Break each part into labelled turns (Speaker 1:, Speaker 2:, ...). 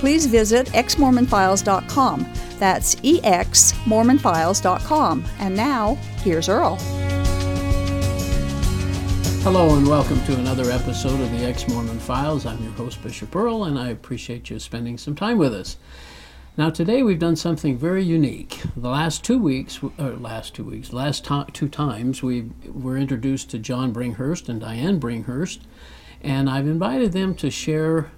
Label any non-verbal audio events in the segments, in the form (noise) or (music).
Speaker 1: please visit exmormonfiles.com. That's E exmormonfiles.com. And now, here's Earl.
Speaker 2: Hello and welcome to another episode of the Ex Mormon Files. I'm your host, Bishop Earl, and I appreciate you spending some time with us. Now, today we've done something very unique. The last two weeks, or last two weeks, last to- two times, we were introduced to John Bringhurst and Diane Bringhurst, and I've invited them to share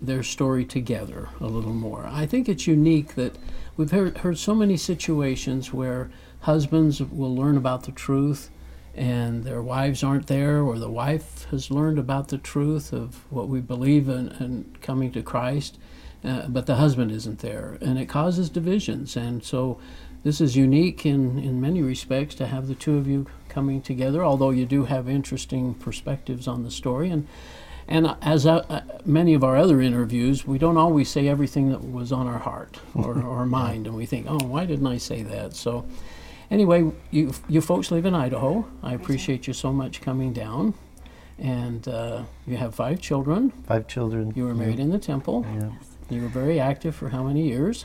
Speaker 2: their story together a little more. I think it's unique that we've heard, heard so many situations where husbands will learn about the truth and their wives aren't there, or the wife has learned about the truth of what we believe in, in coming to Christ, uh, but the husband isn't there, and it causes divisions. And so, this is unique in, in many respects to have the two of you coming together, although you do have interesting perspectives on the story. And and as uh, many of our other interviews, we don't always say everything that was on our heart or our mind, and we think, oh, why didn't I say that? So, anyway, you you folks live in Idaho. I appreciate you so much coming down, and uh, you have five children.
Speaker 3: Five children.
Speaker 2: You were married in the temple.
Speaker 3: Yeah.
Speaker 2: You were very active for how many years?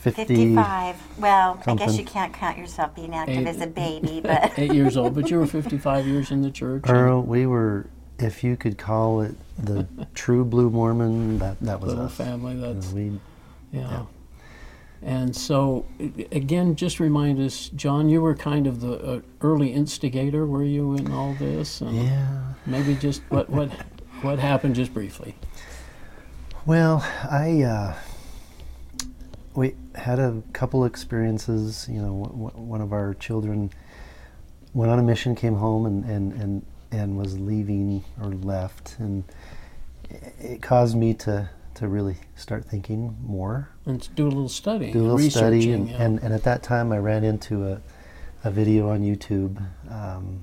Speaker 3: 50,
Speaker 4: 55. Well, I
Speaker 3: something.
Speaker 4: guess you can't count yourself being active
Speaker 2: Eight.
Speaker 4: as a baby,
Speaker 2: (laughs)
Speaker 4: but
Speaker 2: Eight years old, but you were 55 years in the church.
Speaker 3: Earl, we were, if you could call it
Speaker 2: (laughs)
Speaker 3: the true blue Mormon, that, that was
Speaker 2: little
Speaker 3: us.
Speaker 2: family.
Speaker 3: You know,
Speaker 2: That's
Speaker 3: we,
Speaker 2: Yeah. And so, a- again, just remind us, John, you were kind of the uh, early instigator, were you, in all this? And
Speaker 3: yeah.
Speaker 2: Maybe just what, what, what happened, just briefly.
Speaker 3: Well, I, uh, we had a couple experiences. You know, w- w- one of our children went on a mission, came home, and, and, and, and was leaving or left. And i- it caused me to, to really start thinking more
Speaker 2: And to do a little study.
Speaker 3: do a little study,
Speaker 2: researching,
Speaker 3: and,
Speaker 2: yeah.
Speaker 3: and, and at that time I ran into a, a video on YouTube, um,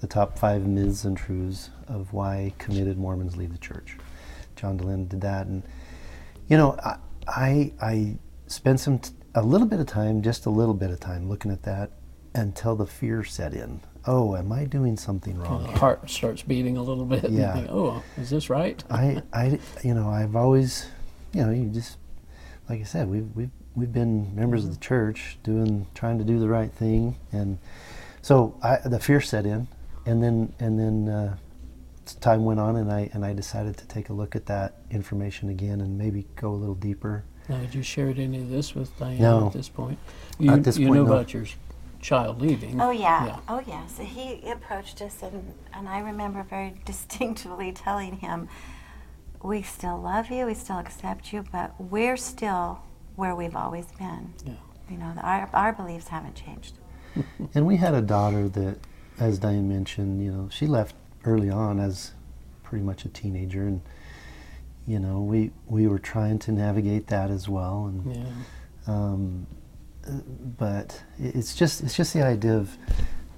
Speaker 3: the top five myths and truths of why committed Mormons leave the church. John DeLynn did that, and you know I I, I spent some t- a little bit of time, just a little bit of time, looking at that until the fear set in. Oh, am I doing something wrong?
Speaker 2: the heart starts beating a little bit. and you
Speaker 3: Yeah.
Speaker 2: think, oh, is this right?
Speaker 3: I, I, you know, I've always, you know, you just, like I said, we've, we've, we've been members of the church doing, trying to do the right thing. And so I, the fear set in and then, and then, uh, s- time went on and I, and I decided to take a look at that information again and maybe go a little deeper.
Speaker 2: Now, had you shared any of this with Diane
Speaker 3: No.
Speaker 2: at this point? You,
Speaker 3: At this
Speaker 2: you
Speaker 3: point,
Speaker 2: know
Speaker 3: no.
Speaker 2: about your child leaving.
Speaker 4: oh yeah.
Speaker 2: Yeah.
Speaker 4: oh yes. He approached us, and and I remember very (laughs) distinctively telling him, "We still love you. We still accept you, but we're still where we've always been.
Speaker 2: Yeah.
Speaker 4: You know, our our beliefs haven't changed.
Speaker 3: And we had a daughter that, as Diane mentioned, you know, she left early on as pretty much a teenager, and you know, we we were trying to navigate that as well. And
Speaker 2: Yeah.
Speaker 3: um, uh, but i- it's just it's just the idea of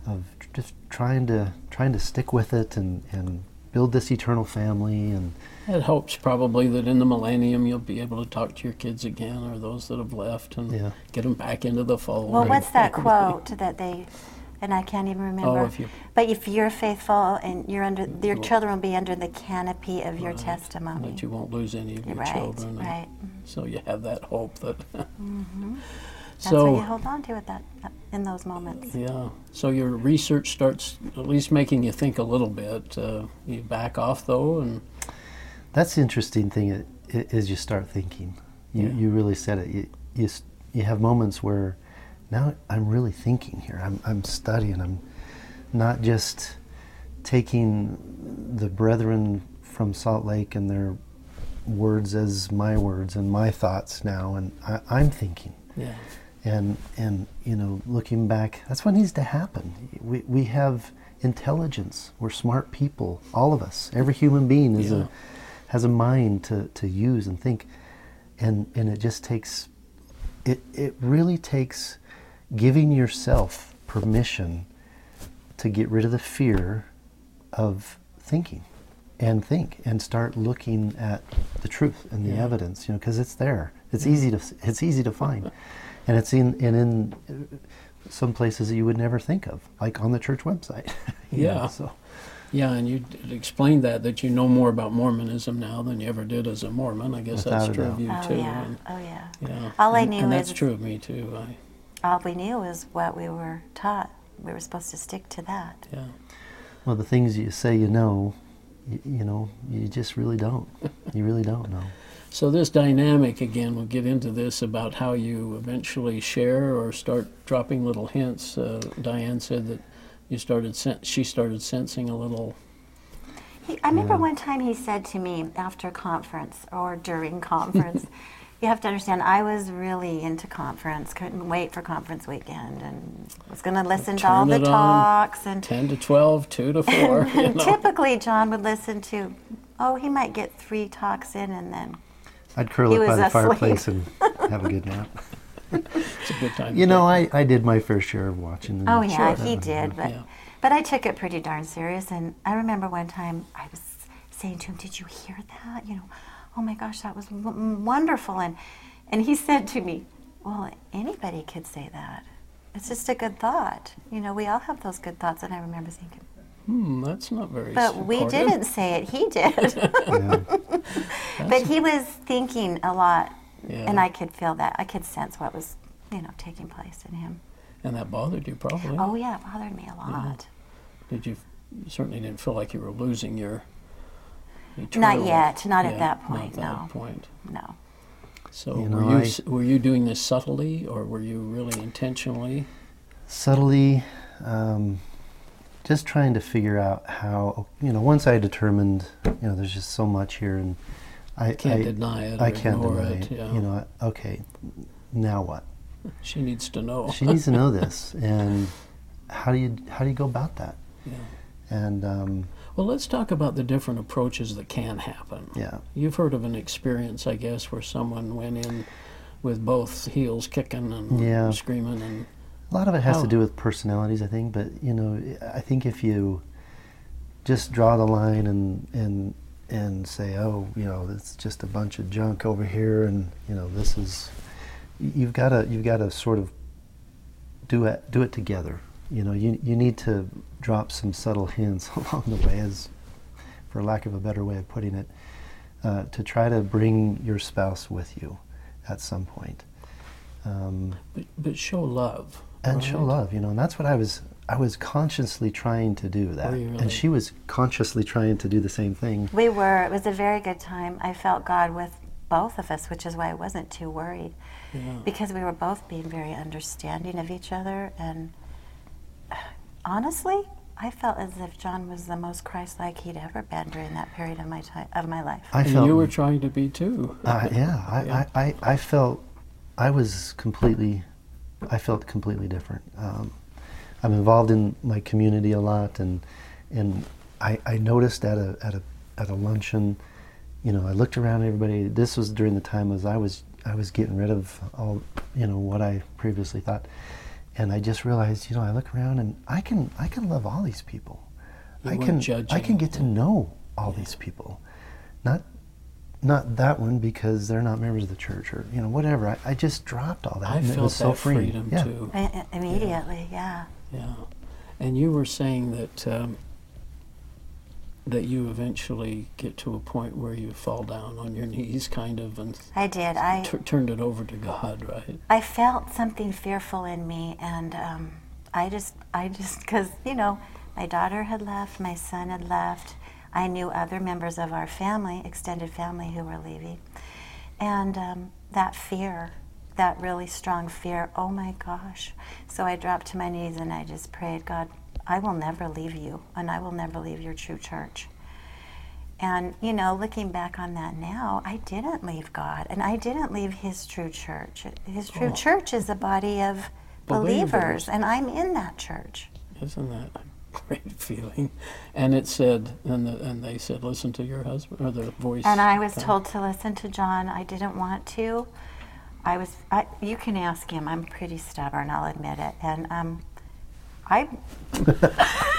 Speaker 3: of tr- just trying to trying to stick with it and and build this eternal family and
Speaker 2: It hopes probably that in the millennium you'll be able to talk to your kids again or those that have left and
Speaker 3: Yeah.
Speaker 2: get them back into the fold.
Speaker 4: Well, what's
Speaker 2: (laughs)
Speaker 4: that quote that they? And I can't even remember.
Speaker 2: Oh, if you-
Speaker 4: but if you're faithful, and you're under, your
Speaker 2: Well-
Speaker 4: children will be under the canopy of your
Speaker 2: Right.
Speaker 4: testimony.
Speaker 2: That you won't lose any of your
Speaker 4: right.
Speaker 2: children. and
Speaker 4: Right. Mm-hmm.
Speaker 2: So you have that hope that. (laughs)
Speaker 4: That's what
Speaker 2: So,
Speaker 4: you hold on to at that in those moments.
Speaker 2: yeah. So your research starts at least making you think a little bit. Uh, you back off though, and
Speaker 3: That's the interesting thing i- i- is you start thinking. You,
Speaker 2: Yeah.
Speaker 3: you really said it. You, you, s- you have moments where now I'm really thinking here. I'm, I'm studying. I'm not just taking the brethren from Salt Lake and their words as my words and my thoughts now. And I, I'm thinking
Speaker 2: yeah.
Speaker 3: and and you know looking back that's what needs to happen we, we have intelligence we're smart people all of us every human being is
Speaker 2: Yeah.
Speaker 3: a has a mind to, to use and think and and it just takes it, it really takes giving yourself permission to get rid of the fear of thinking and think and start looking at the truth and the
Speaker 2: Yeah.
Speaker 3: evidence you know because it's there it's easy to it's easy to find and it's in and in uh, some places that you would never think of like on the church website (laughs) you know,
Speaker 2: Yeah.
Speaker 3: so
Speaker 2: Yeah, and you d- explained that that you know more about Mormonism now than you ever did as a Mormon. I guess
Speaker 3: Without a
Speaker 2: that's true of
Speaker 3: doubt.
Speaker 2: you
Speaker 4: oh
Speaker 2: too.
Speaker 4: yeah,
Speaker 2: and-
Speaker 4: oh yeah.
Speaker 2: yeah.
Speaker 4: All I
Speaker 2: and,
Speaker 4: knew
Speaker 2: and that's
Speaker 4: is-
Speaker 2: true of me too. I,
Speaker 4: All we knew is what we were taught. We were supposed to stick to that.
Speaker 2: yeah.
Speaker 3: well the things you say you know you, you know you just really don't you really don't know
Speaker 2: So this dynamic again, we'll get into this about how you eventually share or start dropping little hints. Uh, Diane said that you started sen- she started sensing a little.
Speaker 4: He, I remember one time he said to me after conference or during (laughs) conference, you have to understand, I was really into conference, couldn't wait for conference weekend, and was going to listen to all
Speaker 2: Turn it
Speaker 4: the
Speaker 2: on.
Speaker 4: talks. And,
Speaker 2: 10 to 12, 2 to 4. (laughs) you
Speaker 4: (laughs) and
Speaker 2: know.
Speaker 4: typically, John would listen to, oh, he might get three talks in and then.
Speaker 3: i'd curl
Speaker 4: He
Speaker 3: up by
Speaker 4: was
Speaker 3: the
Speaker 4: asleep.
Speaker 3: fireplace and have a good nap
Speaker 2: It's a good time.
Speaker 3: you
Speaker 2: to
Speaker 3: know i i did my fair share of watching
Speaker 4: Oh
Speaker 3: and
Speaker 4: yeah,
Speaker 3: stuff.
Speaker 4: he did, but
Speaker 2: Yeah.
Speaker 4: but I took it pretty darn serious. And I remember one time I was saying to him, "Did you hear that? You know, oh my gosh, that was w- wonderful." And and he (laughs) said to me, "Well, anybody could say that. It's just a good thought. You know, we all have those good thoughts." And I remember thinking,
Speaker 2: Hmm, that's not very
Speaker 4: "But we
Speaker 2: supportive.
Speaker 4: didn't say it. He
Speaker 2: (laughs)
Speaker 4: did."
Speaker 3: Yeah.
Speaker 4: but he was thinking a lot, and
Speaker 2: Yeah.
Speaker 4: I could feel that. I could sense what was, you know, taking place in him.
Speaker 2: And that bothered you probably.
Speaker 4: Oh yeah, it bothered me a
Speaker 2: Mm-hmm.
Speaker 4: lot.
Speaker 2: Did you, you certainly didn't feel like you were losing your eternal-
Speaker 4: Not yet. Not at
Speaker 2: Yeah,
Speaker 4: that point.
Speaker 2: Not at
Speaker 4: no.
Speaker 2: that point.
Speaker 4: No.
Speaker 2: So
Speaker 3: You
Speaker 2: were
Speaker 3: know,
Speaker 2: you
Speaker 3: I-
Speaker 2: s- were you doing this subtly or were you really intentionally?
Speaker 3: subtly um, just trying to figure out how you know once i determined you know there's just so much here and i
Speaker 2: Can't
Speaker 3: I,
Speaker 2: deny it. Or
Speaker 3: I can't
Speaker 2: ignore
Speaker 3: deny it,
Speaker 2: it. yeah.
Speaker 3: you know okay
Speaker 2: (laughs)
Speaker 3: now what
Speaker 2: she needs to know.
Speaker 3: she needs to know this and how do you how do you go about that
Speaker 2: (laughs) Yeah.
Speaker 3: and um,
Speaker 2: Well, let's talk about the different approaches that can happen.
Speaker 3: yeah
Speaker 2: You've heard of an experience, I guess, where someone went in with both heels kicking and
Speaker 3: Yeah.
Speaker 2: screaming and
Speaker 3: A lot of it has
Speaker 2: Oh.
Speaker 3: to do with personalities, I think. But you know, I think if you just draw the line and and and say, oh, you know, it's just a bunch of junk over here, and you know, this is you've got to you've got to sort of do it do it together. You know, you you need to drop some subtle hints (laughs) along the way, as for lack of a better way of putting it, uh, to try to bring your spouse with you at some point. Um,
Speaker 2: but, but show love.
Speaker 3: and show
Speaker 2: right?
Speaker 3: love you know and that's what i was i was consciously trying to do that
Speaker 2: Were you really?
Speaker 3: and she was consciously trying to do the same thing
Speaker 4: We were. It was a very good time. I felt God with both of us, which is why I wasn't too worried
Speaker 2: Yeah.
Speaker 4: because we were both being very understanding of each other. And (sighs) honestly, I felt as if John was the most Christ-like he'd ever been during that period of my time of my life.
Speaker 3: i
Speaker 2: And
Speaker 3: felt
Speaker 2: you were trying to be too.
Speaker 3: uh, yeah, I,
Speaker 2: Yeah.
Speaker 3: I, I, I felt i was completely i felt completely different um, i'm involved in my community a lot and and i, I noticed at a, at a at a luncheon you know i looked around at everybody this was during the time as i was i was getting rid of all you know what i previously thought and I just realized, you know, I look around and I can I can love all these people.
Speaker 2: You
Speaker 3: I
Speaker 2: weren't
Speaker 3: can I
Speaker 2: judging.
Speaker 3: can get to know all these people. Not not that one because they're not members of the church or you know whatever. I, I just dropped all that.
Speaker 2: I
Speaker 3: and
Speaker 2: felt
Speaker 3: it was
Speaker 2: that
Speaker 3: so freeing.
Speaker 2: freedom
Speaker 3: yeah.
Speaker 2: too.
Speaker 4: I, I- immediately, yeah.
Speaker 2: Yeah, and you were saying that um, that you eventually get to a point where you fall down on your knees, kind of, and
Speaker 4: I did. I
Speaker 2: tur turned it over to God, right?
Speaker 4: I felt something fearful in me, and um, I just, I just, because you know, my daughter had left, my son had left. I knew other members of our family, extended family, who were leaving, and um, that fear, that really strong fear. Oh my gosh! So I dropped to my knees and I just prayed, God, I will never leave you, and I will never leave your true church. And, you know, looking back on that now, I didn't leave God and I didn't leave His true church. His true
Speaker 2: Oh.
Speaker 4: church is a body of
Speaker 2: Believers.
Speaker 4: believers. and I'm in that church.
Speaker 2: Isn't that a great (laughs) feeling? And it said, and the, and they said, listen to your husband or the voice.
Speaker 4: And I was
Speaker 2: God."
Speaker 4: told to listen to John. I didn't want to. I was, I, you can ask him. I'm pretty stubborn, I'll admit it. And um,
Speaker 2: (laughs)
Speaker 4: I,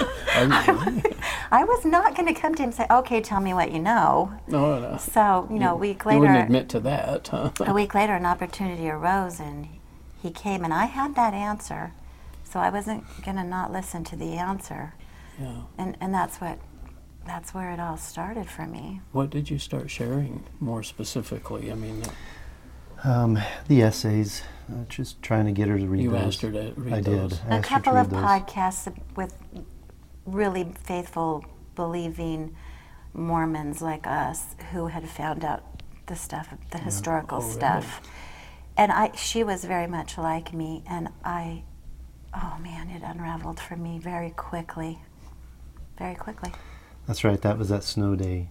Speaker 4: (laughs) I was not going to come to him and say, okay, tell me what you know.
Speaker 2: No, Oh, no.
Speaker 4: So, you know, a week
Speaker 2: You wouldn't
Speaker 4: later,
Speaker 2: admit to that, huh?
Speaker 4: a week later, an opportunity arose and he came and I had that answer. So I wasn't going to not listen to the answer.
Speaker 2: (laughs) Yeah.
Speaker 4: And, and that's what, that's where it all started for me.
Speaker 2: What did you start sharing more specifically? I mean,
Speaker 3: Um, the essays, uh, just trying to get her to read
Speaker 2: you
Speaker 3: those.
Speaker 2: asked her to read
Speaker 3: I
Speaker 2: those.
Speaker 3: did. I
Speaker 4: a
Speaker 3: asked her to
Speaker 4: couple
Speaker 3: read
Speaker 4: of
Speaker 3: those.
Speaker 4: podcasts with really faithful, believing Mormons like us who had found out the stuff, the historical
Speaker 2: Oh,
Speaker 4: stuff. And I, she was very much like me, and I, oh man, it unraveled for me very quickly, very quickly.
Speaker 3: That's right. That was that snow day.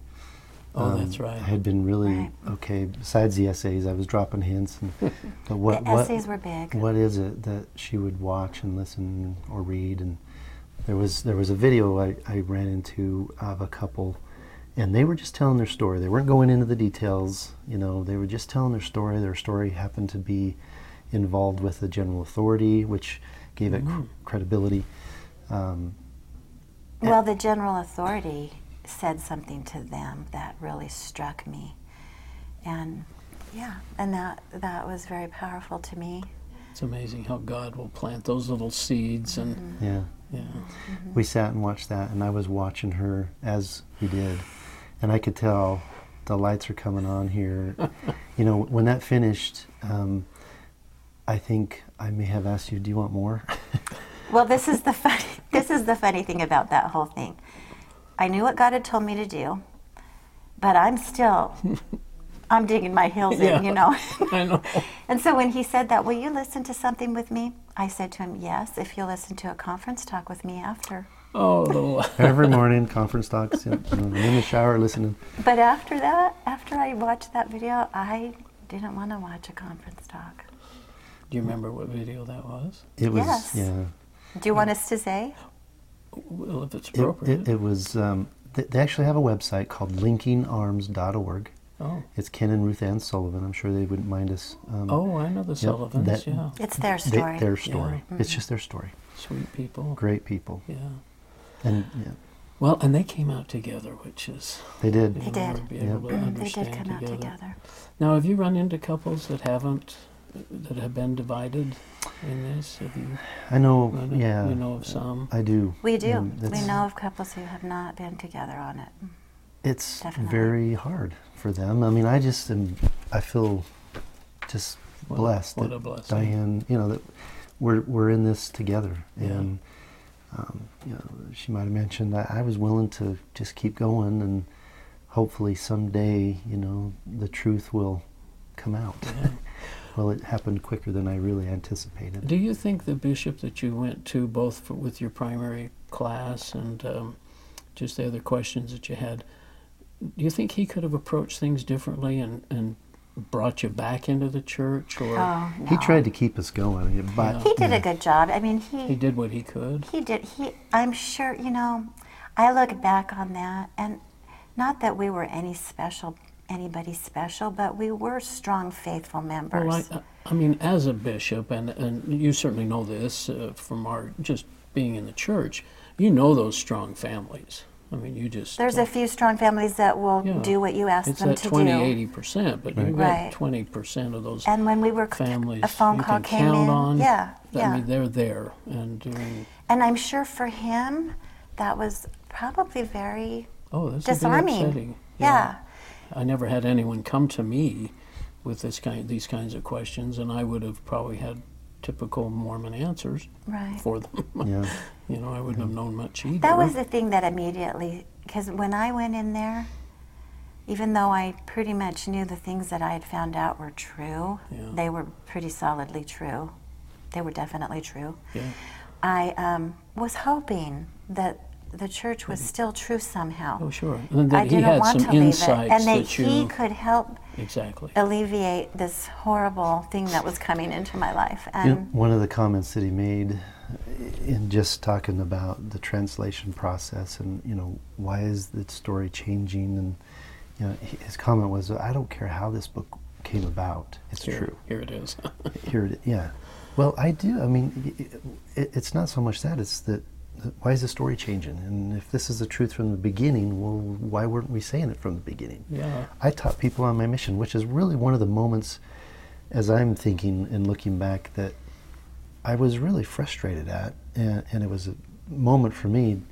Speaker 2: Oh,
Speaker 3: Um,
Speaker 2: that's
Speaker 3: I
Speaker 2: right.
Speaker 3: had been really
Speaker 4: Right.
Speaker 3: okay. Besides the essays, I was dropping hints.
Speaker 2: (laughs)
Speaker 3: And, but what
Speaker 4: the
Speaker 3: what-
Speaker 4: essays were big.
Speaker 3: what is it that she would watch and listen or read? And there was there was a video I, I ran into of a couple, and they were just telling their story. They weren't going into the details. You know, they were just telling their story. Their story happened to be involved with the general authority, which gave it
Speaker 2: Mm.
Speaker 3: cr- credibility. Um,
Speaker 4: Well, the general authority said something to them that really struck me, and yeah, and that that was very powerful to me.
Speaker 2: It's amazing how God will plant those little seeds and
Speaker 3: yeah.
Speaker 4: Mm-hmm.
Speaker 2: yeah. (laughs)
Speaker 3: we sat and watched that, and I was watching her as we did, and I could tell the lights are coming
Speaker 2: (laughs)
Speaker 3: on here. you know, when that finished, um, I think I may have asked you, "Do you
Speaker 2: (laughs)
Speaker 3: want more?"
Speaker 4: Well, this is the (laughs) funny. This is the funny thing about that whole thing. I knew what God had told me to do, but I'm still, I'm digging my heels in,
Speaker 2: Yeah.
Speaker 4: you know. (laughs)
Speaker 2: I know.
Speaker 4: and so when he said that, will you listen to something with me? I said to him, yes, if you'll listen to a conference talk with me after.
Speaker 2: Oh, the,
Speaker 3: Every morning, conference talks, you know, I'm in the shower listening.
Speaker 4: But after that, after I watched that video, I didn't want to watch a conference talk.
Speaker 2: do you remember what video that was?
Speaker 3: It was
Speaker 4: Yes.
Speaker 3: yeah.
Speaker 4: Do you want us to say?
Speaker 2: Well, if it's
Speaker 3: It,
Speaker 2: appropriate.
Speaker 3: it, it was. Um, th- they actually have a website called linkingarms.org.
Speaker 2: oh,
Speaker 3: It's Ken and Ruth Ann Sullivan. I'm sure they wouldn't mind us. Um,
Speaker 2: oh, I know the
Speaker 3: yep,
Speaker 2: Sullivans.
Speaker 3: that-
Speaker 2: yeah,
Speaker 4: It's their
Speaker 3: they-
Speaker 4: story.
Speaker 3: their story. It's just their story.
Speaker 2: sweet people.
Speaker 3: Great people.
Speaker 2: Yeah.
Speaker 3: And yeah,
Speaker 2: Well, and they came out together, which is
Speaker 3: they did.
Speaker 2: you
Speaker 4: They
Speaker 2: know,
Speaker 4: did.
Speaker 2: Be
Speaker 3: Yeah.
Speaker 2: able to
Speaker 4: they
Speaker 2: understand
Speaker 4: did come out
Speaker 2: together.
Speaker 4: together.
Speaker 2: Now, have you run into couples that haven't, that have been divided in this? Have you?
Speaker 3: I know.
Speaker 2: run-
Speaker 3: yeah,
Speaker 2: You know of some.
Speaker 3: I do.
Speaker 4: We do.
Speaker 3: And
Speaker 4: we
Speaker 3: that's-
Speaker 4: know of couples who have not been together on it.
Speaker 3: It's
Speaker 4: Definitely.
Speaker 3: very hard for them. I mean, I just am. I feel just
Speaker 2: What a-
Speaker 3: blessed
Speaker 2: what
Speaker 3: that
Speaker 2: a blessing.
Speaker 3: Diane. You know that we're we're in this together,
Speaker 2: Yeah.
Speaker 3: and um, you know she might have mentioned that I was willing to just keep going, and hopefully someday, you know, the truth will come out. (laughs) well, it happened quicker than I really anticipated.
Speaker 2: Do you think the bishop that you went to, both for, with your primary class and um, just the other questions that you had, do you think he could have approached things differently and, and brought you back into the church? Or
Speaker 4: Oh, no.
Speaker 3: He tried to keep us going, but
Speaker 4: He did a good job. I mean, he
Speaker 2: he did what he could?
Speaker 4: He did. He. I'm sure. You know, I look back on that, and not that we were any special, anybody special, but we were strong, faithful members.
Speaker 2: Well, I, I mean, as a bishop, and, and you certainly know this uh, from our just being in the church, you know those strong families. I mean, you just.
Speaker 4: There's a few strong families that will
Speaker 2: Yeah.
Speaker 4: do what you ask
Speaker 2: it's
Speaker 4: them
Speaker 2: that
Speaker 4: to
Speaker 2: 20,
Speaker 4: do.
Speaker 2: 80%, but you've
Speaker 4: Right.
Speaker 2: got 20% of those
Speaker 4: And when we were c-
Speaker 2: families
Speaker 4: a phone
Speaker 2: you
Speaker 4: call
Speaker 2: can
Speaker 4: came
Speaker 2: count
Speaker 4: in.
Speaker 2: on.
Speaker 4: Yeah, yeah.
Speaker 2: I mean, they're there and doing.
Speaker 4: and I'm sure for him, that was probably very
Speaker 2: Oh, this would be
Speaker 4: disarming.
Speaker 2: upsetting.
Speaker 4: yeah.
Speaker 2: I never had anyone come to me with this kind, these kinds of questions, and I would have probably had typical Mormon answers
Speaker 4: Right.
Speaker 2: for them. (laughs)
Speaker 3: yeah.
Speaker 2: you know, I wouldn't have known much either.
Speaker 4: That was the thing that immediately, because when I went in there, even though I pretty much knew the things that I had found out were true,
Speaker 2: Yeah.
Speaker 4: they were pretty solidly true. They were definitely true.
Speaker 2: Yeah.
Speaker 4: I um, was hoping that the church was still true somehow.
Speaker 2: Mm-hmm. Oh, sure. And
Speaker 4: I
Speaker 2: that he
Speaker 4: didn't
Speaker 2: had
Speaker 4: want
Speaker 2: some
Speaker 4: to leave it,
Speaker 2: insights
Speaker 4: and that,
Speaker 2: that you.
Speaker 4: he could help
Speaker 2: exactly.
Speaker 4: alleviate this horrible thing that was coming into my life. And
Speaker 3: You know, one of the comments that he made in just talking about the translation process and you know why is the story changing and you know h- his comment was I don't care how this book came about. It's
Speaker 2: Here-
Speaker 3: true.
Speaker 2: Here it is. (laughs)
Speaker 3: Here, it- yeah. Well, I do. I mean, y- y- it, it's not so much that. It's that. that Why is the story changing? And if this is the truth from the beginning, well, why weren't we saying it from the beginning?
Speaker 2: yeah.
Speaker 3: I taught people on my mission, which is really one of the moments as I'm thinking and looking back that I was really frustrated at. And, and it was a moment for me.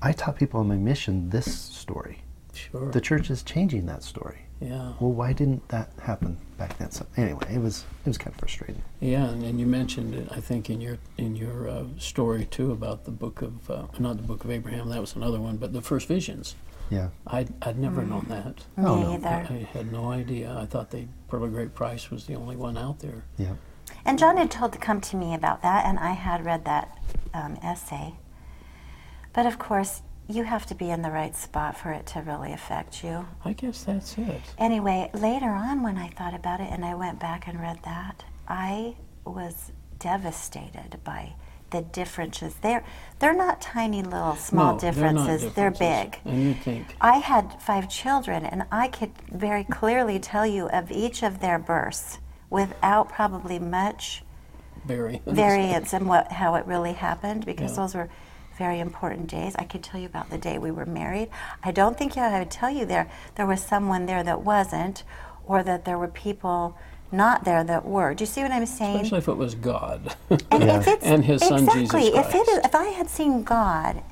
Speaker 3: I taught people on my mission this story.
Speaker 2: Sure.
Speaker 3: The church is changing that story.
Speaker 2: yeah.
Speaker 3: Well, why didn't that happen back then? So anyway, it was it was kind of frustrating.
Speaker 2: Yeah, and, and you mentioned it, I think, in your in your uh, story too about the book of uh, not the book of Abraham. That was another one, but the first visions.
Speaker 3: Yeah.
Speaker 2: I'd I'd never
Speaker 4: Mm-hmm.
Speaker 2: known that.
Speaker 4: Me
Speaker 3: Oh, no.
Speaker 4: either.
Speaker 2: I had no idea. I thought the Pearl of Great Price was the only one out there.
Speaker 3: Yeah.
Speaker 4: And John had told to come to me about that, and I had read that um, essay. But of course, you have to be in the right spot for it to really affect you.
Speaker 2: I guess that's it.
Speaker 4: Anyway, later on, when I thought about it and I went back and read that, I was devastated by the differences. They're they're not tiny little small
Speaker 2: No, they're not
Speaker 4: differences. they're big.
Speaker 2: differences. And you think,
Speaker 4: I had five children, and I could very clearly tell you of each of their births without probably much (laughs)
Speaker 2: Barry, (laughs)
Speaker 4: variance and what how it really happened because
Speaker 2: Yeah.
Speaker 4: those were very important days. I could tell you about the day we were married. I don't think I would tell you there there was someone there that wasn't, or that there were people not there that were. Do you see what I'm saying?
Speaker 2: especially if it was God.
Speaker 4: and,
Speaker 2: (laughs)
Speaker 3: Yeah.
Speaker 4: if it's,
Speaker 2: And his son, Jesus
Speaker 4: exactly, if it is,
Speaker 2: Christ.
Speaker 4: if I had seen God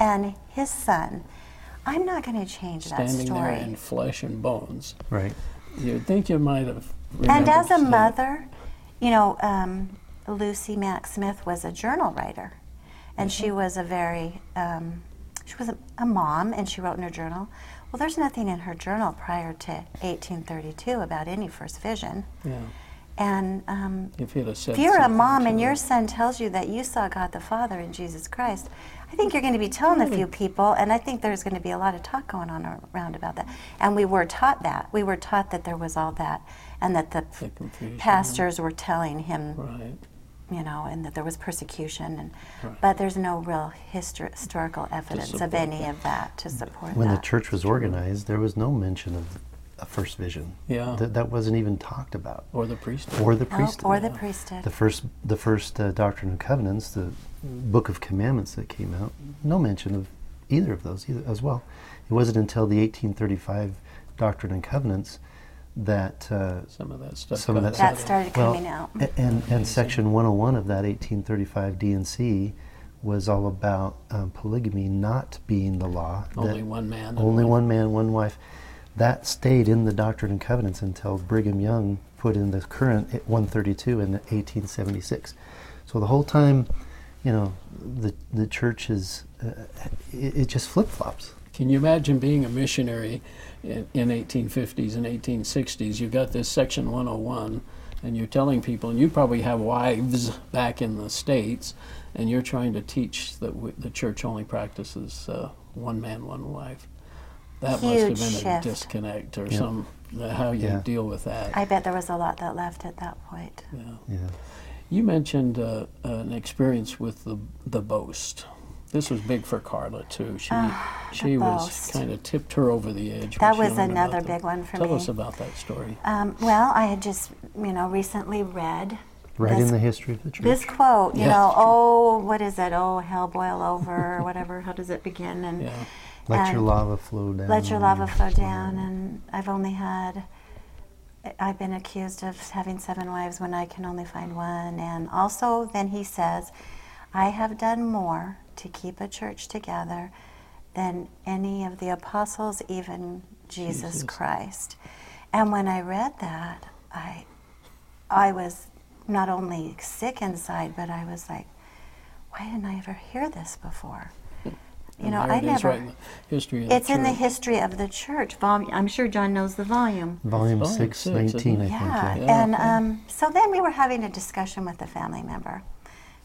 Speaker 4: and His Son, I'm not going to change that
Speaker 2: Standing there
Speaker 4: story.
Speaker 2: in flesh and bones.
Speaker 3: Right.
Speaker 2: You'd think you might have.
Speaker 4: And
Speaker 2: remembered
Speaker 4: as a
Speaker 2: that.
Speaker 4: mother, you know, um, Lucy Mack Smith was a journal writer, and she was a very um, she was a, a mom, and she wrote in her journal. Well, there's nothing in her journal prior to 1832 about any first vision,
Speaker 2: Yeah.
Speaker 4: and um,
Speaker 2: If you'd have said
Speaker 4: if you're a
Speaker 2: something
Speaker 4: mom
Speaker 2: to
Speaker 4: and
Speaker 2: her.
Speaker 4: your son tells you that you saw God the Father in Jesus Christ, I think you're going to be telling a few people, and I think there's going to be a lot of talk going on around about that. And we were taught that. We were taught that there was all that, and that the,
Speaker 2: The confusion.
Speaker 4: pastors were telling him,
Speaker 2: Right.
Speaker 4: you know, and that there was persecution. And, But there's no real histor- historical evidence
Speaker 2: support
Speaker 4: of any of that to support
Speaker 3: When the
Speaker 4: that.
Speaker 3: church was organized, there was no mention of a first vision.
Speaker 2: Yeah.
Speaker 3: That that wasn't even talked about.
Speaker 2: Or the priest.
Speaker 3: Or the
Speaker 4: Oh,
Speaker 3: priesthood.
Speaker 4: or the priesthood.
Speaker 3: the first the first uh, Doctrine and Covenants, the Book of Commandments that came out, no mention of either of those either as well. It wasn't until the 1835 Doctrine and Covenants that uh,
Speaker 2: Some of that stuff.
Speaker 3: Some of
Speaker 2: got
Speaker 3: that
Speaker 2: out.
Speaker 4: that started
Speaker 3: well,
Speaker 4: coming out.
Speaker 3: a- and and Section 101 of that 1835 DNC was all about um, polygamy not being the law. that
Speaker 2: Only one man. and
Speaker 3: only one man, one wife. That stayed in the Doctrine and Covenants until Brigham Young put in the current at 132 in 1876. So the whole time, you know, the the church is uh, it, it just flip flops.
Speaker 2: Can you imagine being a missionary in, in 1850s and 1860s? You got this section 101, and you're telling people, and you probably have wives back in the states, and you're trying to teach that w- the church only practices uh, one man, one wife. That
Speaker 4: Huge
Speaker 2: must have been
Speaker 4: shift.
Speaker 2: a disconnect or some how you
Speaker 3: Yeah.
Speaker 2: deal with that.
Speaker 4: I bet there was a lot that left at that point.
Speaker 2: yeah.
Speaker 3: Yeah,
Speaker 2: You mentioned uh, an experience with the the boast. This was big for Carla too. She she was
Speaker 4: Ah, boast.
Speaker 2: kind of tipped her over the edge.
Speaker 4: That
Speaker 2: when she
Speaker 4: was
Speaker 2: learned about
Speaker 4: another
Speaker 2: the-
Speaker 4: big one for
Speaker 2: Tell
Speaker 4: me.
Speaker 2: us about that story.
Speaker 4: Um, well, I had just, you know, recently read
Speaker 3: right
Speaker 4: this,
Speaker 3: in the history of the church.
Speaker 4: this quote. You
Speaker 2: Yeah.
Speaker 4: know, oh, what is it? Oh, hell boil over, or whatever. How does it begin? And
Speaker 2: Yeah,
Speaker 3: let your
Speaker 4: and
Speaker 3: lava flow down.
Speaker 4: uh, let your lava flow down. And I've only had, I've been accused of having seven wives when I can only find one. And also, then he says, I have done more to keep a church together than any of the apostles, even Jesus,
Speaker 2: Jesus.
Speaker 4: Christ. And when I read that, I, I was not only sick inside, but I was like, why didn't I ever hear this
Speaker 2: (laughs)
Speaker 4: before? You
Speaker 2: And
Speaker 4: know,
Speaker 2: there
Speaker 4: I
Speaker 2: it is
Speaker 4: never.
Speaker 2: right in the history of
Speaker 4: It's
Speaker 2: the
Speaker 4: in the
Speaker 2: church.
Speaker 4: history of the church. Vol- I'm sure John knows the volume.
Speaker 3: Volume
Speaker 2: Volume
Speaker 3: six,
Speaker 2: six, isn't
Speaker 3: 19, I
Speaker 2: it?
Speaker 3: think.
Speaker 4: Yeah.
Speaker 3: yeah.
Speaker 2: Yeah,
Speaker 4: And
Speaker 2: okay.
Speaker 4: um, so then we were having a discussion with a family member,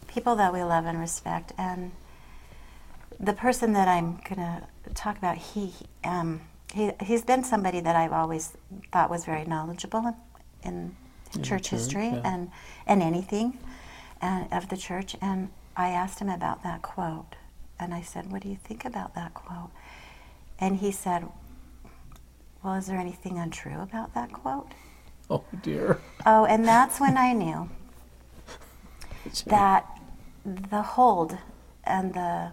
Speaker 4: people that we love and respect. And the person that I'm going to talk about, he, um, he, he's been somebody that I've always thought was very knowledgeable in,
Speaker 2: the
Speaker 4: church
Speaker 2: church,
Speaker 4: history
Speaker 2: yeah.
Speaker 4: and, and anything and, of the church. And I asked him about that quote. And I said, What do you think about that quote? And he said, Well, is there anything untrue about that quote?
Speaker 2: Oh dear.
Speaker 4: Oh, and that's when I knew that the hold and the,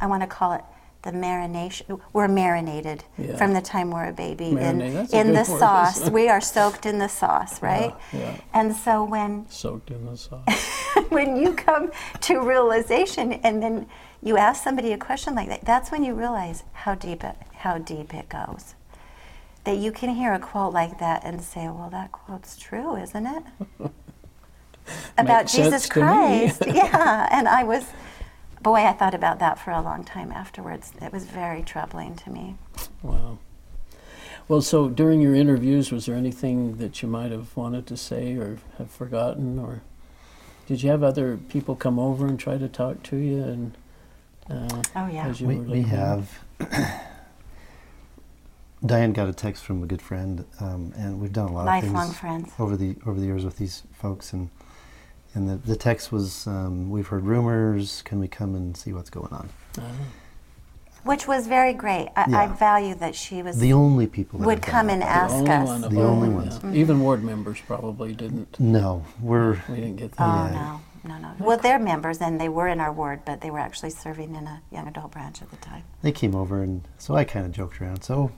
Speaker 4: I want to call it the marination, we're marinated
Speaker 2: Yeah.
Speaker 4: from the time we're a baby.
Speaker 2: Marinate, that's a
Speaker 4: in in
Speaker 2: good
Speaker 4: the
Speaker 2: word, (laughs)
Speaker 4: sauce,
Speaker 2: isn't it?
Speaker 4: we are soaked in the sauce, right?
Speaker 2: yeah.
Speaker 4: And so when
Speaker 2: Soaked in the sauce.
Speaker 4: when you come to realization and then you ask somebody a question like that, that's when you realize how deep it how deep it goes. That you can hear a quote like that and say, "Well, that quote's true, isn't it?" About
Speaker 2: Makes sense
Speaker 4: Jesus
Speaker 2: to me.
Speaker 4: Christ, yeah. And I was, boy, I thought about that for a long time afterwards. It was very troubling to me.
Speaker 2: Wow. Well, so during your interviews, was there anything that you might have wanted to say or have forgotten, or did you have other people come over and try to talk to you? And uh,
Speaker 4: Oh yeah,
Speaker 2: as you
Speaker 3: we,
Speaker 2: were
Speaker 3: we
Speaker 2: leaving?
Speaker 3: have (coughs) diane got a text from a good friend um, and we've done a lot
Speaker 4: lifelong
Speaker 3: of things
Speaker 4: friends.
Speaker 3: over the over the years with these folks and and the, the text was um, we've heard rumors can we come and see what's going on
Speaker 4: Which was very great. I, I
Speaker 3: Yeah.
Speaker 4: value that she was
Speaker 3: the only people that have
Speaker 4: would
Speaker 3: done
Speaker 4: come
Speaker 3: that.
Speaker 4: and
Speaker 2: The
Speaker 4: ask
Speaker 2: only one
Speaker 4: us.
Speaker 2: of
Speaker 3: The
Speaker 2: all,
Speaker 3: only
Speaker 2: yeah.
Speaker 3: ones.
Speaker 2: Even ward members probably didn't.
Speaker 3: no we're
Speaker 2: We didn't get that.
Speaker 4: Oh,
Speaker 3: Yeah.
Speaker 4: no, no, no. Well, they're members and they were in our ward, but they were actually serving in a young adult branch at the time.
Speaker 3: they came over and so i kind of joked around so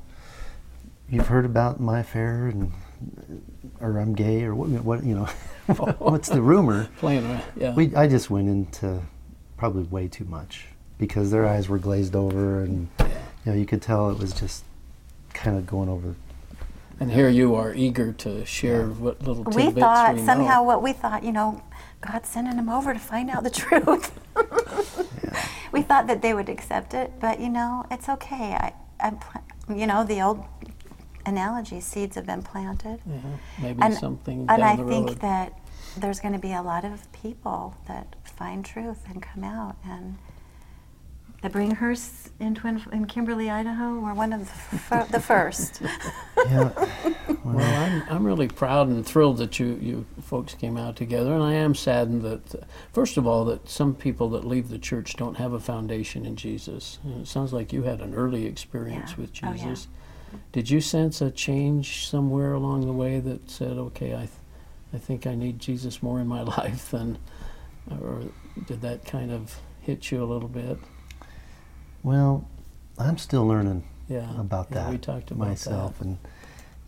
Speaker 3: you've heard about my affair and or i'm gay or what, what you know (laughs) what's the rumor
Speaker 2: Playing around. Yeah.
Speaker 3: We, I just went into probably way too much because their eyes were glazed over, and you know you could tell it was just kind of going
Speaker 4: (laughs)
Speaker 3: over.
Speaker 2: and here you are eager to share what little tidbits
Speaker 4: We thought
Speaker 2: we know.
Speaker 4: somehow what we thought, you know, God's sending them over to find out the (laughs) truth. We thought that they would accept it, but you know, it's okay. I, I'm, pl- you know, the old analogy: seeds have been planted.
Speaker 2: Yeah, maybe
Speaker 4: and-
Speaker 2: something down
Speaker 4: And I
Speaker 2: the road.
Speaker 4: think that there's going to be a lot of people that find truth and come out and the Bringhurst in Twin in Kimberly, Idaho, were one of the, fir- (laughs) the first.
Speaker 3: Yeah,
Speaker 2: Well, I'm, I'm really proud and thrilled that you, you folks came out together, and I am saddened that, uh, first of all, that some people that leave the church don't have a foundation in Jesus. And it sounds like you had an early experience
Speaker 4: Yeah.
Speaker 2: with
Speaker 4: Oh, yeah.
Speaker 2: Jesus. Did you sense a change somewhere along the way that said, okay, I, th- I think I need Jesus more in my (laughs) life than, or did that kind of hit you a little bit?
Speaker 3: well, I'm still learning
Speaker 2: Yeah.
Speaker 3: about
Speaker 2: Yeah,
Speaker 3: that
Speaker 2: we talked about
Speaker 3: myself, and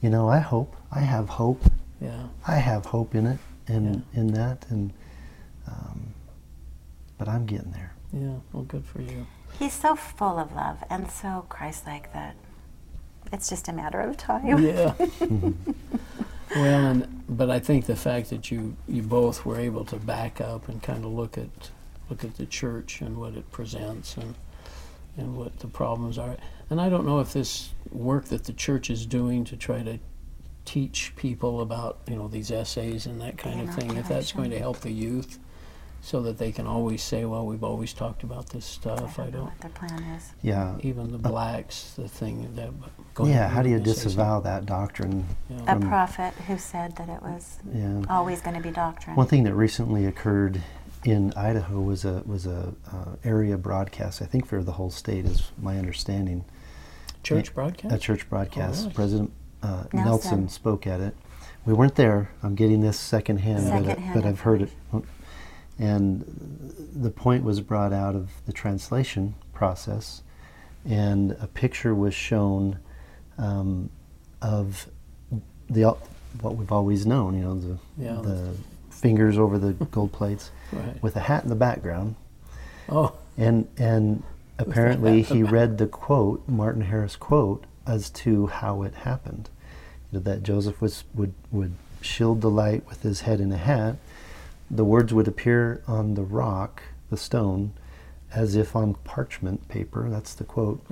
Speaker 3: you know I hope I have hope.
Speaker 2: That. Yeah.
Speaker 3: I have hope in it and in that, and um, but I'm getting there.
Speaker 2: Yeah. Well, good for you.
Speaker 4: He's so full of love and so Christ-like that it's just a matter of (laughs) time.
Speaker 3: (laughs)
Speaker 2: (laughs) Yeah. well, and but I think the fact that you you both were able to back up and kind of look at look at the church and what it presents and and what the problems are. And I don't know if this work that the church is doing to try to teach people about you know these essays and that kind of thing if that's going to help the youth so that they can always say well we've always talked about this stuff
Speaker 4: I don't know what their plan is.
Speaker 3: Yeah,
Speaker 2: even the blacks the thing that
Speaker 3: yeah. How do you
Speaker 2: gonna say something.
Speaker 3: disavow that doctrine?
Speaker 2: Yeah.
Speaker 4: A prophet who said that it was
Speaker 3: Yeah.
Speaker 4: always going to be doctrine.
Speaker 3: One thing that recently occurred in Idaho was a was a uh, area broadcast. I think for the whole state, is my understanding.
Speaker 2: church broadcast
Speaker 3: A church broadcast.
Speaker 2: really?
Speaker 3: President uh, Nelson.
Speaker 4: Nelson.
Speaker 3: spoke at it. We weren't there. I'm getting this secondhand, but, I,
Speaker 4: Secondhand
Speaker 3: but I've heard it. And the point was brought out of the translation process, and a picture was shown um, of the al- what we've always known. You know, the
Speaker 2: Yeah.
Speaker 3: the fingers over the gold plates,
Speaker 2: (laughs) Right.
Speaker 3: with a hat in the background,
Speaker 2: oh
Speaker 3: and and apparently he read the quote, Martin Harris quote, as to how it happened. You know, that Joseph was would would shield the light with his head in a hat. The words would appear on the rock, the stone, as if on parchment paper. That's the quote.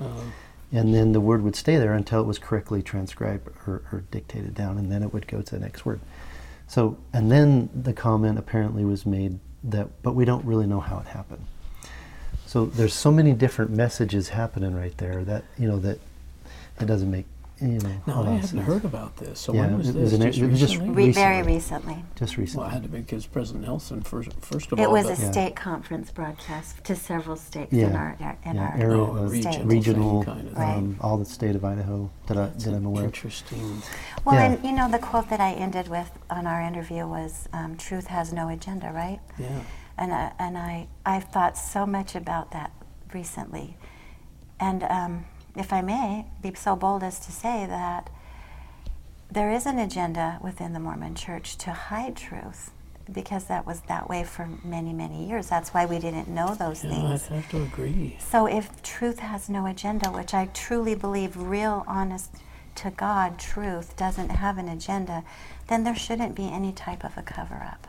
Speaker 3: And then the word would stay there until it was correctly transcribed or, or dictated down, and then it would go to the next word. So, and then the comment apparently was made that, but we don't really know how it happened. So there's so many different messages happening right there that you know that it doesn't make you know.
Speaker 2: No,
Speaker 3: all
Speaker 2: I
Speaker 3: that
Speaker 2: hadn't
Speaker 3: stuff.
Speaker 2: heard about this. So
Speaker 3: Yeah,
Speaker 2: when was
Speaker 3: it was
Speaker 2: this?
Speaker 3: an-
Speaker 2: just
Speaker 3: it was just
Speaker 2: recently?
Speaker 4: Re- very
Speaker 3: Recently.
Speaker 4: recently.
Speaker 3: Just
Speaker 2: well,
Speaker 3: recently.
Speaker 2: it had to be because President Nelson first. First of
Speaker 4: It
Speaker 2: all,
Speaker 4: was a
Speaker 2: but-
Speaker 3: Yeah.
Speaker 4: state conference broadcast to several states in
Speaker 3: Yeah.
Speaker 4: our in
Speaker 3: yeah,
Speaker 4: our uh,
Speaker 3: area
Speaker 2: Oh,
Speaker 3: was
Speaker 4: regional
Speaker 3: regional,
Speaker 4: thing
Speaker 2: kind of
Speaker 4: thing.
Speaker 3: um, all the state of Idaho that, I,
Speaker 2: That's
Speaker 3: that
Speaker 2: an
Speaker 3: I'm aware of.
Speaker 2: Interesting.
Speaker 4: Well,
Speaker 3: Yeah.
Speaker 4: and you know, the quote that I ended with on our interview was um, truth has no agenda, right?
Speaker 2: Yeah.
Speaker 4: And, uh, and I, I've thought so much about that recently. And um, if I may be so bold as to say that there is an agenda within the Mormon church to hide truth because that was that way for many, many years. That's why we didn't know those
Speaker 2: Yeah, I'd
Speaker 4: things.
Speaker 2: have to agree.
Speaker 4: So if truth has no agenda, which I truly believe real, honest to God truth doesn't have an agenda, then there shouldn't be any type of a cover up.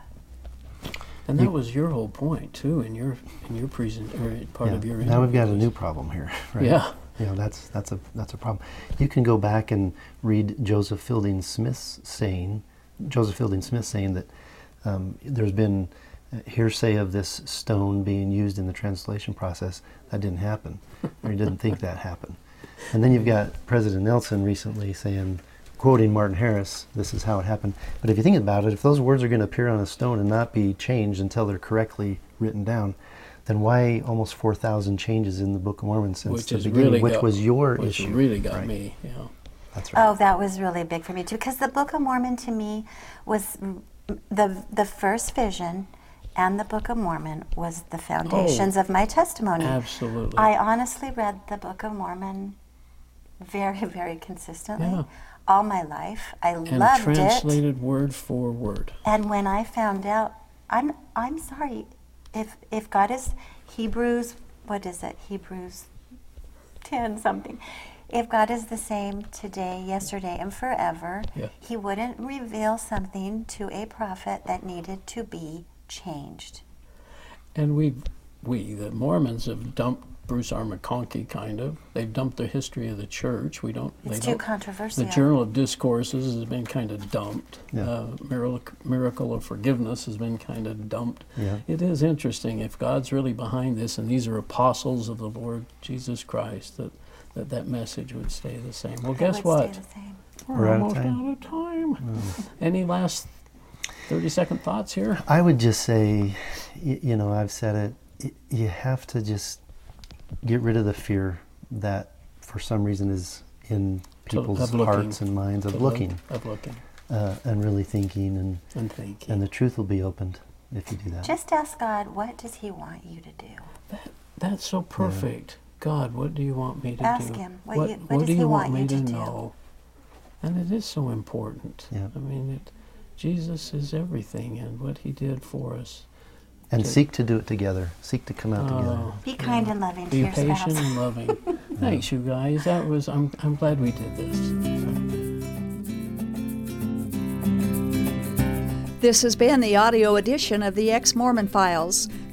Speaker 2: And that was your whole point too, in your in your present or part
Speaker 3: Yeah.
Speaker 2: of your.
Speaker 3: Now we've got a
Speaker 2: interview.
Speaker 3: new problem here, (laughs) right?
Speaker 2: Yeah.
Speaker 3: You know, that's, that's, a, that's a problem. You can go back and read Joseph Fielding Smith's saying, Joseph Fielding Smith saying that um, there's been hearsay of this stone being used in the translation process. That didn't happen, or he didn't think that happened. And then you've got President Nelson recently saying, quoting Martin Harris, this is how it happened. But if you think about it, if those words are going to appear on a stone and not be changed until they're correctly written down, then why almost 4,000 changes in the Book of Mormon since
Speaker 2: which
Speaker 3: the
Speaker 2: is
Speaker 3: beginning,
Speaker 2: really
Speaker 3: which
Speaker 2: got-
Speaker 3: was your
Speaker 2: which
Speaker 3: issue?
Speaker 2: really got
Speaker 3: right?
Speaker 2: me. Yeah.
Speaker 3: That's right.
Speaker 4: Oh, that was really big for me too, because the Book of Mormon to me was mm, the the first vision, and the Book of Mormon was the foundations of my testimony.
Speaker 2: Oh. Absolutely.
Speaker 4: I honestly read the Book of Mormon very, very consistently
Speaker 2: Yeah.
Speaker 4: all my life. I
Speaker 2: and
Speaker 4: loved it.
Speaker 2: translated word for word.
Speaker 4: And when I found out, I'm I'm sorry, if if God is Hebrews, what is it? Hebrews ten something. If God is the same today, yesterday, and forever,
Speaker 2: Yeah.
Speaker 4: He wouldn't reveal something to a prophet that needed to be changed.
Speaker 2: And we, we the Mormons have dumped Bruce R. McConkie, kind of. They've dumped the history of the church. We don't.
Speaker 4: It's
Speaker 2: they
Speaker 4: too
Speaker 2: don't,
Speaker 4: controversial.
Speaker 2: the Journal of Discourses has been kind of dumped.
Speaker 3: Yeah.
Speaker 2: Uh, Miracle, Miracle of Forgiveness has been kind of dumped.
Speaker 3: Yeah.
Speaker 2: It is interesting if God's really behind this, and these are apostles of the Lord Jesus Christ, that that, that message would stay the same. Well,
Speaker 4: It
Speaker 2: guess
Speaker 4: would
Speaker 2: what?
Speaker 4: Stay the same.
Speaker 3: We're out
Speaker 2: almost
Speaker 3: of time. Mm.
Speaker 2: out of time. Any last thirty-second thoughts here?
Speaker 3: I would just say, y- you know, I've said it. y- You have to just get rid of the fear that, for some reason, is in
Speaker 2: To- of
Speaker 3: people's
Speaker 2: looking.
Speaker 3: hearts and minds of
Speaker 2: Of
Speaker 3: looking
Speaker 2: Of looking
Speaker 3: uh, and really thinking, and
Speaker 2: and thinking.
Speaker 3: and the truth will be opened if you do that.
Speaker 4: Just ask God, what does He want you to do?
Speaker 2: That's so perfect. God, what do you want me to
Speaker 4: Ask
Speaker 2: do?
Speaker 4: Him, what you- what
Speaker 2: what
Speaker 4: does
Speaker 2: do
Speaker 4: He
Speaker 2: you
Speaker 4: want
Speaker 2: want me
Speaker 4: you
Speaker 2: to,
Speaker 4: to do?
Speaker 2: know? And it is so important.
Speaker 3: Yeah.
Speaker 2: I mean, it, Jesus is everything, and what He did for us.
Speaker 3: and
Speaker 2: to-
Speaker 3: seek to do it together. Seek to come out together.
Speaker 2: Oh,
Speaker 4: Be kind and loving to
Speaker 2: be
Speaker 4: your
Speaker 2: patient
Speaker 4: spouse.
Speaker 2: and
Speaker 4: (laughs)
Speaker 2: loving. Thanks, you guys. That was. I'm. I'm glad we did this.
Speaker 1: This has been the audio edition of the Ex Mormon Files.